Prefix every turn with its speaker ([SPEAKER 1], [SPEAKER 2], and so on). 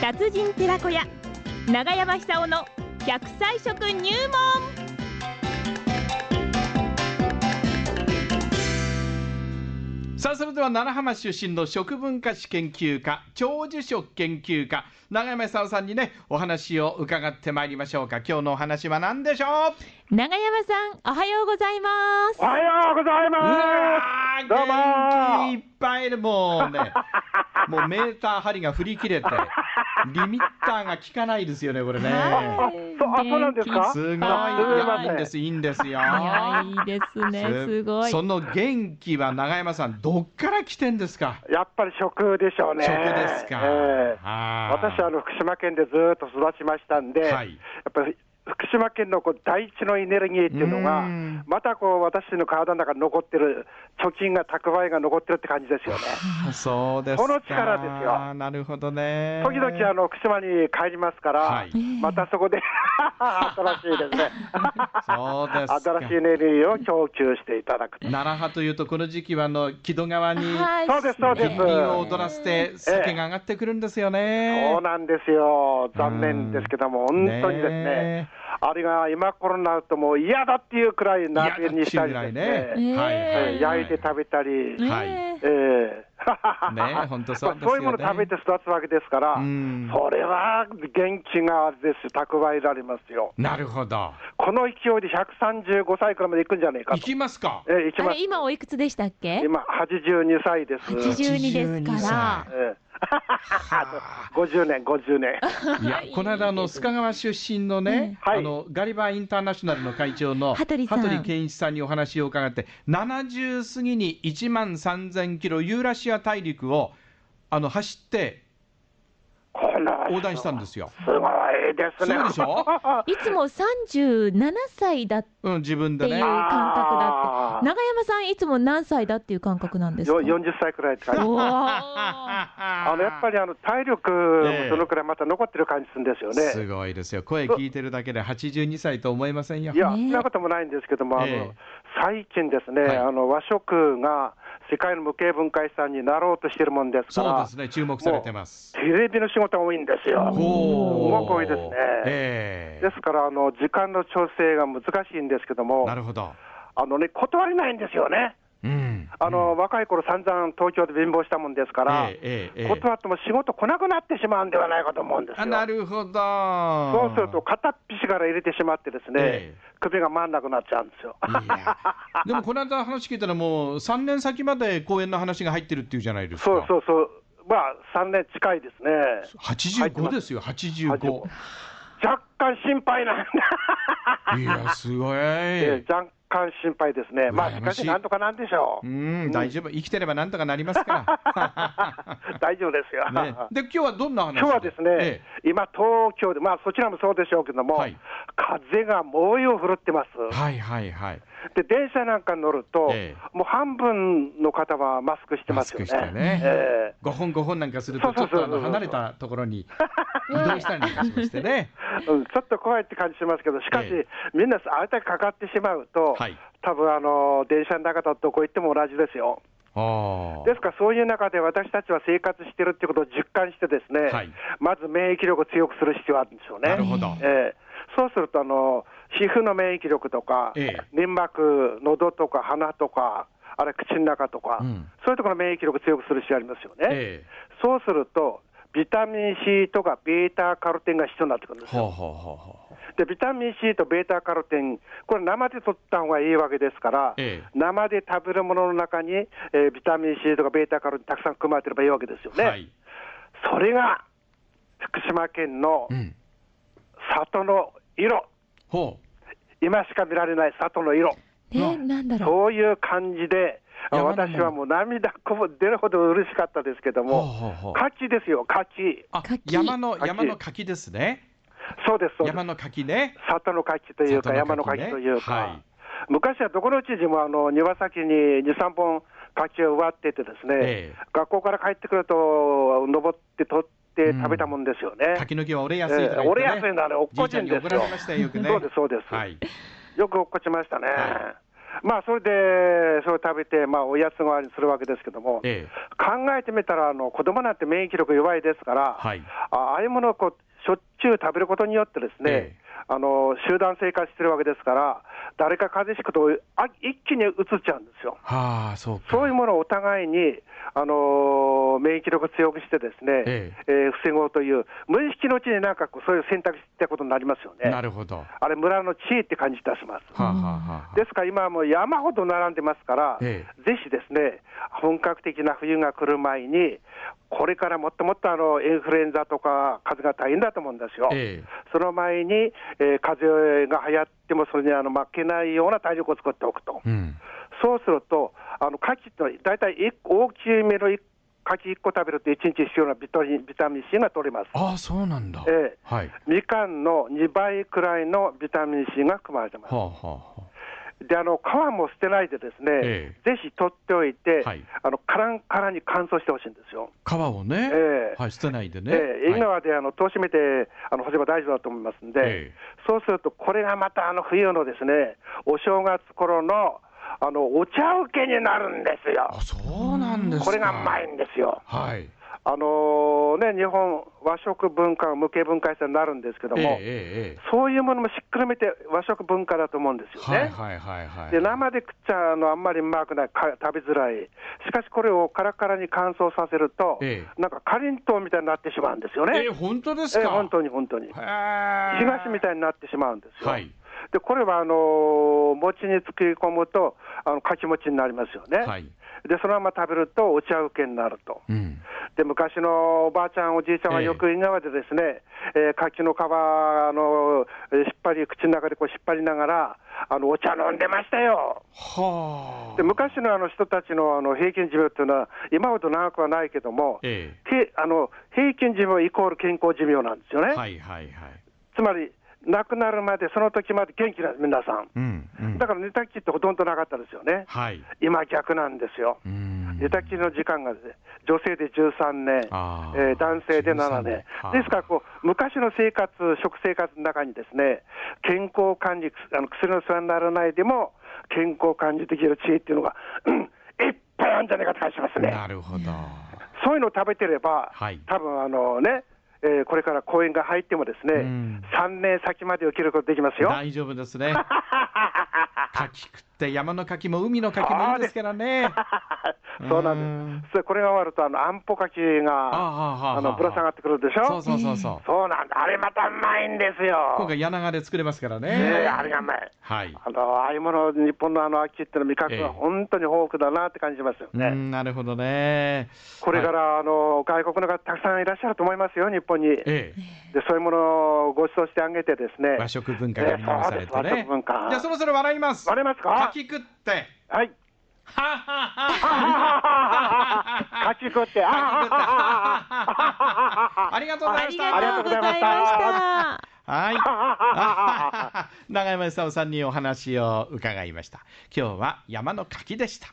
[SPEAKER 1] 達人寺子屋長山久夫の100歳食入門
[SPEAKER 2] さあそれでは奈良浜出身の食文化史研究家長寿食研究家永山久夫さんにねお話を伺ってまいりましょうか今日のお話は何でしょう
[SPEAKER 1] 長山さんおはようございます
[SPEAKER 3] おはようございうま
[SPEAKER 2] わー
[SPEAKER 3] どうもー
[SPEAKER 2] 元気いっぱいでもう ねもうメーター針が振り切れてリミッターが効かないですよねこれね
[SPEAKER 1] はい
[SPEAKER 3] そうあそうなんですか
[SPEAKER 2] すごいい
[SPEAKER 3] あすいま
[SPEAKER 2] や
[SPEAKER 3] せん
[SPEAKER 2] いいんですいいんですよ
[SPEAKER 1] 早いですねすごい
[SPEAKER 2] その元気は永山さんどっから来てんですか
[SPEAKER 3] す。やっぱり食でしょうね。
[SPEAKER 2] 食ですか、
[SPEAKER 3] ええ
[SPEAKER 2] あー
[SPEAKER 3] 私はあの福島県でずっと育ちましたんで、
[SPEAKER 2] はい
[SPEAKER 3] やっぱり福島県のこう大地のエネルギーっていうの
[SPEAKER 2] う
[SPEAKER 3] が
[SPEAKER 2] ん、
[SPEAKER 3] またこう私の体の中に残ってる貯金が蓄えが残ってるって感じですよね。
[SPEAKER 2] そうですか
[SPEAKER 3] この力ですよ
[SPEAKER 2] なるほどね
[SPEAKER 3] 時々あの福島に帰りますから、
[SPEAKER 2] はい
[SPEAKER 3] またそこで 新しいです ね。
[SPEAKER 2] そうですか
[SPEAKER 3] 新しいエネルギーを供給していただくと。
[SPEAKER 2] 奈良派というとこの時期はあの木戸川に
[SPEAKER 1] はい
[SPEAKER 3] そうですそうです
[SPEAKER 2] 銀瓶を踊らせて酒が上がってくるんですよね
[SPEAKER 3] そうなんですよ、残念ですけども、
[SPEAKER 2] うん
[SPEAKER 3] 本当にですね、
[SPEAKER 2] ね
[SPEAKER 3] あれが今頃になると、もう嫌だっていうくらい鍋にしたり
[SPEAKER 2] 嫌
[SPEAKER 3] です
[SPEAKER 2] だっていうぐらい
[SPEAKER 3] ね、
[SPEAKER 2] ね
[SPEAKER 3] え
[SPEAKER 1] え
[SPEAKER 3] ー焼いて食べたり、
[SPEAKER 1] ね
[SPEAKER 2] はい
[SPEAKER 3] えー
[SPEAKER 2] ねえ本当そうですよね
[SPEAKER 3] まあそういうもの食べて育つわけですから、
[SPEAKER 2] うん
[SPEAKER 3] それは元気がです、蓄えられますよ、
[SPEAKER 2] なるほど
[SPEAKER 3] この勢いで135歳からいまでいくんじゃないか
[SPEAKER 2] 行
[SPEAKER 3] と、
[SPEAKER 2] きますか
[SPEAKER 3] えー行き
[SPEAKER 1] あ
[SPEAKER 3] ます
[SPEAKER 1] れ今おいくつでしたっけ
[SPEAKER 3] 今、82歳です。
[SPEAKER 1] 82ですから
[SPEAKER 2] 82
[SPEAKER 3] えー 50年、50年。
[SPEAKER 2] いや、この間、あの、須賀川出身のね、
[SPEAKER 3] はい
[SPEAKER 2] あの、ガリバーインターナショナルの会長の、
[SPEAKER 1] 羽鳥さん
[SPEAKER 2] 健一さんにお話を伺って、70過ぎに1万3000キロユーラシア大陸を、あの、走って
[SPEAKER 3] この人
[SPEAKER 2] 横断したんですよ。
[SPEAKER 3] すごいです
[SPEAKER 2] す
[SPEAKER 3] ね。
[SPEAKER 2] ごいでし ょ
[SPEAKER 1] いつも37歳だっ
[SPEAKER 2] うん、自分
[SPEAKER 1] て
[SPEAKER 2] で
[SPEAKER 1] いう感
[SPEAKER 2] ね。
[SPEAKER 1] 覚だっ
[SPEAKER 3] あ
[SPEAKER 1] て
[SPEAKER 3] ー
[SPEAKER 1] 長山さんいつも何歳だっていう感覚なんですか
[SPEAKER 3] よ40歳くらいって感じ。
[SPEAKER 1] おー
[SPEAKER 3] あ
[SPEAKER 2] あ
[SPEAKER 3] のやっぱ
[SPEAKER 2] り、
[SPEAKER 3] りあの体力
[SPEAKER 2] ええ
[SPEAKER 3] もそのくらいまた残ってる感じするんですよ
[SPEAKER 2] す
[SPEAKER 3] ね。
[SPEAKER 2] ごいですよ。声聞いてるだけで82歳と思えませんよ
[SPEAKER 3] い。や、
[SPEAKER 1] ね
[SPEAKER 3] そんなこともないんですけども、あ
[SPEAKER 2] ええ
[SPEAKER 3] の最近ですね、
[SPEAKER 2] はい
[SPEAKER 3] あの和食が世界の無形文化遺産になろうとしてるもんですか
[SPEAKER 2] そうで
[SPEAKER 3] ら
[SPEAKER 2] す、ね、注目されてます。
[SPEAKER 3] テレビの仕事が多いんですよ。す
[SPEAKER 2] ほ
[SPEAKER 3] ごく多いですね。
[SPEAKER 2] ええ
[SPEAKER 3] ですからあの時間の調整が難しいんですけども
[SPEAKER 2] な、るほど。
[SPEAKER 3] あのね断れないんですよね。
[SPEAKER 2] うん。
[SPEAKER 3] あの、若い頃散々東京で貧乏したもんですから、
[SPEAKER 2] ええええええ
[SPEAKER 3] 断っても仕事来なくなってしまうんではないかと思うんです
[SPEAKER 2] あ
[SPEAKER 3] よ。
[SPEAKER 2] なるほど。
[SPEAKER 3] そうすると片っ端から入れてしまってですね、
[SPEAKER 2] ええ
[SPEAKER 3] 首が回んなくなっちゃうんですよ。
[SPEAKER 2] いやでもこの間話聞いたらもう3年先まで公演の話が入ってるっていうじゃないですか
[SPEAKER 3] そうそうそう。まあ3年近いですね。入って
[SPEAKER 2] 85
[SPEAKER 3] ます
[SPEAKER 2] ですよ85
[SPEAKER 3] 若干心配なんだ。
[SPEAKER 2] いやすごい、
[SPEAKER 3] ええ若干心配ですね。まあ
[SPEAKER 2] 羨
[SPEAKER 3] し
[SPEAKER 2] ま
[SPEAKER 3] か
[SPEAKER 2] しい
[SPEAKER 3] しなんとかなんでしょ
[SPEAKER 2] う
[SPEAKER 3] う。
[SPEAKER 2] ん大丈夫生きてればなんとかなりますか
[SPEAKER 3] 大丈夫ですよ。
[SPEAKER 2] ら、ね、で今日はどんな話
[SPEAKER 3] 今日はですね、
[SPEAKER 2] え
[SPEAKER 3] 今、東京で、まあ、そちらもそうでしょうけども、
[SPEAKER 2] はい
[SPEAKER 3] 風が猛威を振るってます、
[SPEAKER 2] えはいはいはい
[SPEAKER 3] で電車なんかに乗ると、
[SPEAKER 2] ええ
[SPEAKER 3] もう半分の方はマスクしてますよね。
[SPEAKER 2] マスクしてね
[SPEAKER 3] ええ
[SPEAKER 2] 5本5本なんかすると
[SPEAKER 3] そう
[SPEAKER 2] ちょっ
[SPEAKER 3] そうそう
[SPEAKER 2] とあの離れたところ に移動したりなんかしましてね
[SPEAKER 3] うん、ちょっと怖いって感じしますけど、しかし、
[SPEAKER 2] え
[SPEAKER 3] みんなあれだけかかってしまうと、
[SPEAKER 2] はい
[SPEAKER 3] 多分あの電車の中だとどこ行っても同じですよ。
[SPEAKER 2] あ
[SPEAKER 3] ですから、そういう中で私たちは生活してるってことを実感して、ですね、
[SPEAKER 2] はい
[SPEAKER 3] まず免疫力を強くする必要があるんでしょう
[SPEAKER 2] あ
[SPEAKER 3] ね。
[SPEAKER 2] なるほど、
[SPEAKER 3] ええそうするとあの、皮膚の免疫力とか、
[SPEAKER 2] ええ
[SPEAKER 3] 粘膜、喉とか鼻とか、あれ、口の中とか、
[SPEAKER 2] うん
[SPEAKER 3] そういうところの免疫力強くする必要ありますよね、
[SPEAKER 2] え
[SPEAKER 3] そうすると、ビタミン C とかベータカロテンが必要になってくる
[SPEAKER 2] え
[SPEAKER 3] んです
[SPEAKER 2] ほう
[SPEAKER 3] よ。
[SPEAKER 2] ほうほうほう
[SPEAKER 3] で、ビタミン C とベータカロテン、これ、生で取った方がいいわけですから、
[SPEAKER 2] ええ
[SPEAKER 3] 生で食べるものの中に、えービタミン C とかベータカロテンたくさん含まれてればいいわけですよね。
[SPEAKER 2] はい、
[SPEAKER 3] それが福島県の
[SPEAKER 2] うん、
[SPEAKER 3] 里の色。
[SPEAKER 2] ほう
[SPEAKER 3] 今しか見られない里の色、
[SPEAKER 1] ねなんだろう
[SPEAKER 3] そういう感じで、
[SPEAKER 2] いや
[SPEAKER 3] 私はもう涙こぼ出るほど嬉しかったですけど
[SPEAKER 2] ほう
[SPEAKER 3] も、
[SPEAKER 2] ほうほう
[SPEAKER 3] 柿ですよ、柿、
[SPEAKER 2] あ
[SPEAKER 1] 柿
[SPEAKER 2] 山の
[SPEAKER 3] 柿
[SPEAKER 2] 山の柿ですね。
[SPEAKER 3] そうです、そうです
[SPEAKER 2] 山、の柿ね。
[SPEAKER 3] 里の柿というか、
[SPEAKER 2] 里
[SPEAKER 3] 山
[SPEAKER 2] の
[SPEAKER 3] の
[SPEAKER 2] 柿ね
[SPEAKER 3] 柿とい
[SPEAKER 2] は
[SPEAKER 3] う
[SPEAKER 2] い
[SPEAKER 3] か、昔はどこの知事もあの庭先に2、3本柿を植わっててです
[SPEAKER 2] え
[SPEAKER 3] ね
[SPEAKER 2] え、
[SPEAKER 3] 学校から帰ってくると、登って取って食べたもんですよね。
[SPEAKER 2] 柿の木は折れやすいとか言って
[SPEAKER 3] え
[SPEAKER 2] ね。
[SPEAKER 3] え折れやすいのはあれ、落っ
[SPEAKER 2] じい
[SPEAKER 3] こ
[SPEAKER 2] ちゃん
[SPEAKER 3] ち
[SPEAKER 2] に
[SPEAKER 3] んで
[SPEAKER 2] 怒
[SPEAKER 3] す
[SPEAKER 2] ら
[SPEAKER 3] よ
[SPEAKER 2] れ。ましたよよくね。
[SPEAKER 3] そうですそうです
[SPEAKER 2] はい。
[SPEAKER 3] よく落っこちましたね。
[SPEAKER 2] は
[SPEAKER 3] まあ、それで、それを食べて、まあ、おやつ代わりにするわけですけども、考
[SPEAKER 2] ええ
[SPEAKER 3] えてみたら、あの、子供なんて免疫力弱いですから、
[SPEAKER 2] はい
[SPEAKER 3] あああいうものをこう、しょっちゅう食べることによってですね、
[SPEAKER 2] ええ
[SPEAKER 3] あの、集団生活してるわけですから、誰か風邪ひくと、あ一気にうつっちゃうんですよ。
[SPEAKER 2] はあ、そうか。
[SPEAKER 3] そういうものをお互いに、あのー免疫力を強くしてですね、
[SPEAKER 2] え
[SPEAKER 3] えー防ごうという、無意識のうちになんかこうそういう選択したことになりますよね。
[SPEAKER 2] なるほど。は
[SPEAKER 3] あれ、村の知恵って感じ出します。
[SPEAKER 2] あ、はあはあ、
[SPEAKER 3] ですから今はもう山ほど並んでますから、
[SPEAKER 2] え
[SPEAKER 3] ぜひですね、本格的な冬が来る前に、これからもっともっとあのインフルエンザとか風邪が大変だと思うんですよ。
[SPEAKER 2] ええ
[SPEAKER 3] その前に、えー風邪が流行ってもそれにあの負けないような体力を作っておくと。
[SPEAKER 2] うん。
[SPEAKER 3] そうすると、あの牡蠣って大体一個大きめの牡蠣1個食べると1日必要なビタミンビタミン C が取れます。
[SPEAKER 2] ああ、そうなんだ。
[SPEAKER 3] ええ
[SPEAKER 2] はい。
[SPEAKER 3] みかんの2倍くらいのビタミン C が含まれてま
[SPEAKER 2] は
[SPEAKER 3] す。
[SPEAKER 2] あ、はあ、はあ。
[SPEAKER 3] で、あの皮も捨てないでですね
[SPEAKER 2] え、
[SPEAKER 3] ぜひ取っておいて、
[SPEAKER 2] はい
[SPEAKER 3] あのカランカランに乾燥してほしいんですよ。
[SPEAKER 2] 皮をね、
[SPEAKER 3] ええ
[SPEAKER 2] はい、捨てないでね。
[SPEAKER 3] ええ、
[SPEAKER 2] はい
[SPEAKER 3] 今はであの戸を閉めてあの干せば大丈夫だと思いますんで、
[SPEAKER 2] ええ
[SPEAKER 3] そうすると、これがまたあの冬のですね、お正月頃のあのお茶受けになるんですよ
[SPEAKER 2] あ、。そうなんですか。
[SPEAKER 3] これがうまいんですよ。
[SPEAKER 2] はい。
[SPEAKER 3] あのね、日本、和食文化、無形文化遺産になるんですけど
[SPEAKER 2] ええ
[SPEAKER 3] も、
[SPEAKER 2] えええ
[SPEAKER 3] そういうものもしっくりめて和食文化だと思うんです
[SPEAKER 2] えは
[SPEAKER 3] よね。
[SPEAKER 2] いはいはいはい。
[SPEAKER 3] で生で食っちゃあのあんまりうまくないか食べづらい、しかしこれをカラカラに乾燥させると、
[SPEAKER 2] え
[SPEAKER 3] なんかかりんとうみたいになってしまうんですよね、
[SPEAKER 2] ええ本当です
[SPEAKER 3] ええ
[SPEAKER 2] か。
[SPEAKER 3] 本
[SPEAKER 2] に。
[SPEAKER 3] 当に本当に、東
[SPEAKER 2] 東
[SPEAKER 3] みたいになってしまうんですよ、
[SPEAKER 2] はい
[SPEAKER 3] でこれはあの餅につけ込むと、あのかき餅になりますよね、
[SPEAKER 2] はい。
[SPEAKER 3] でそのまま食べるとお茶受けになると。
[SPEAKER 2] うん。
[SPEAKER 3] で昔のおばあちゃん、おじいちゃんは
[SPEAKER 2] ええ
[SPEAKER 3] よく井川でですね、えー柿の皮のえー引っ張り、口の中でこう引っ張りながら、あのお茶飲んでましたよ。
[SPEAKER 2] はあ。
[SPEAKER 3] で昔のあの人たちのあの平均寿命っていうのは、今ほど長くはないけども、
[SPEAKER 2] え
[SPEAKER 3] けあの平均寿命イコール健康寿命なんですよ
[SPEAKER 2] え
[SPEAKER 3] ね。
[SPEAKER 2] はいはいはい。
[SPEAKER 3] つまり亡くなるまで、その時まで元気なんです、皆さん。
[SPEAKER 2] うん、うん。
[SPEAKER 3] だから寝たきりってほとんどなかったですよね。
[SPEAKER 2] はい。
[SPEAKER 3] 今逆なんですよ。
[SPEAKER 2] うん
[SPEAKER 3] 寝たきりの時間がですね女性で13年、
[SPEAKER 2] あー
[SPEAKER 3] えー男性で7
[SPEAKER 2] 13
[SPEAKER 3] 年
[SPEAKER 2] 年あ、ー
[SPEAKER 3] ですからこう、昔の生活、食生活の中にですね健康管理、あの薬の世話にならないでも、健康管理できる知恵っていうのが、うんいっぱいあるんじゃないかって感じしますね。
[SPEAKER 2] なるほど。
[SPEAKER 3] そういうのを食べてれば、
[SPEAKER 2] はい
[SPEAKER 3] 多分あのね、えーこれから公園が入ってもですね、
[SPEAKER 2] うん
[SPEAKER 3] 3年先まで受けることできますよ。
[SPEAKER 2] 大丈夫ですね。柿食って山の柿も海の柿もいいですからね。
[SPEAKER 3] そうなんです。それこれが終わると、あの、あんぽかきが、
[SPEAKER 2] あはあはあはあ
[SPEAKER 3] の、ぶら下がってくるでしょ
[SPEAKER 2] そうそうそうそう。
[SPEAKER 3] そうなんだ。あれまたうまいんです
[SPEAKER 2] 今
[SPEAKER 3] よ。
[SPEAKER 2] 回柳川で作れますからね。
[SPEAKER 3] ええあれがうまい。
[SPEAKER 2] はい。
[SPEAKER 3] あの、ああいうもの、日本のあの秋っていうの味覚
[SPEAKER 2] ええ
[SPEAKER 3] が本当に豊富だなって感じますよ
[SPEAKER 2] う
[SPEAKER 3] ね。
[SPEAKER 2] ん、なるほどね。
[SPEAKER 3] これ
[SPEAKER 2] は
[SPEAKER 3] か
[SPEAKER 2] い
[SPEAKER 3] ら、あの、外国の方たくさんいらっしゃると思いますよ、日本に。で、
[SPEAKER 2] ええ、
[SPEAKER 3] そういうものをご馳走してあげてですね。
[SPEAKER 2] 和食文化が見直されて
[SPEAKER 3] そうです和
[SPEAKER 2] ね。
[SPEAKER 3] 食文化
[SPEAKER 2] じゃあそろそろ笑います。
[SPEAKER 3] 割れますか
[SPEAKER 2] 柿食って。
[SPEAKER 3] はい。
[SPEAKER 2] はっはっはっ
[SPEAKER 3] あは
[SPEAKER 2] は
[SPEAKER 3] ははは 勝ち食 って、あははははは
[SPEAKER 2] ありがとうござ
[SPEAKER 1] あ
[SPEAKER 2] いまし
[SPEAKER 1] り
[SPEAKER 2] た。
[SPEAKER 1] がとうございまし
[SPEAKER 3] あ
[SPEAKER 1] た。
[SPEAKER 2] はい
[SPEAKER 3] あはは はは。
[SPEAKER 2] 長山久夫さんにお話を伺いました。今日は山の柿でした。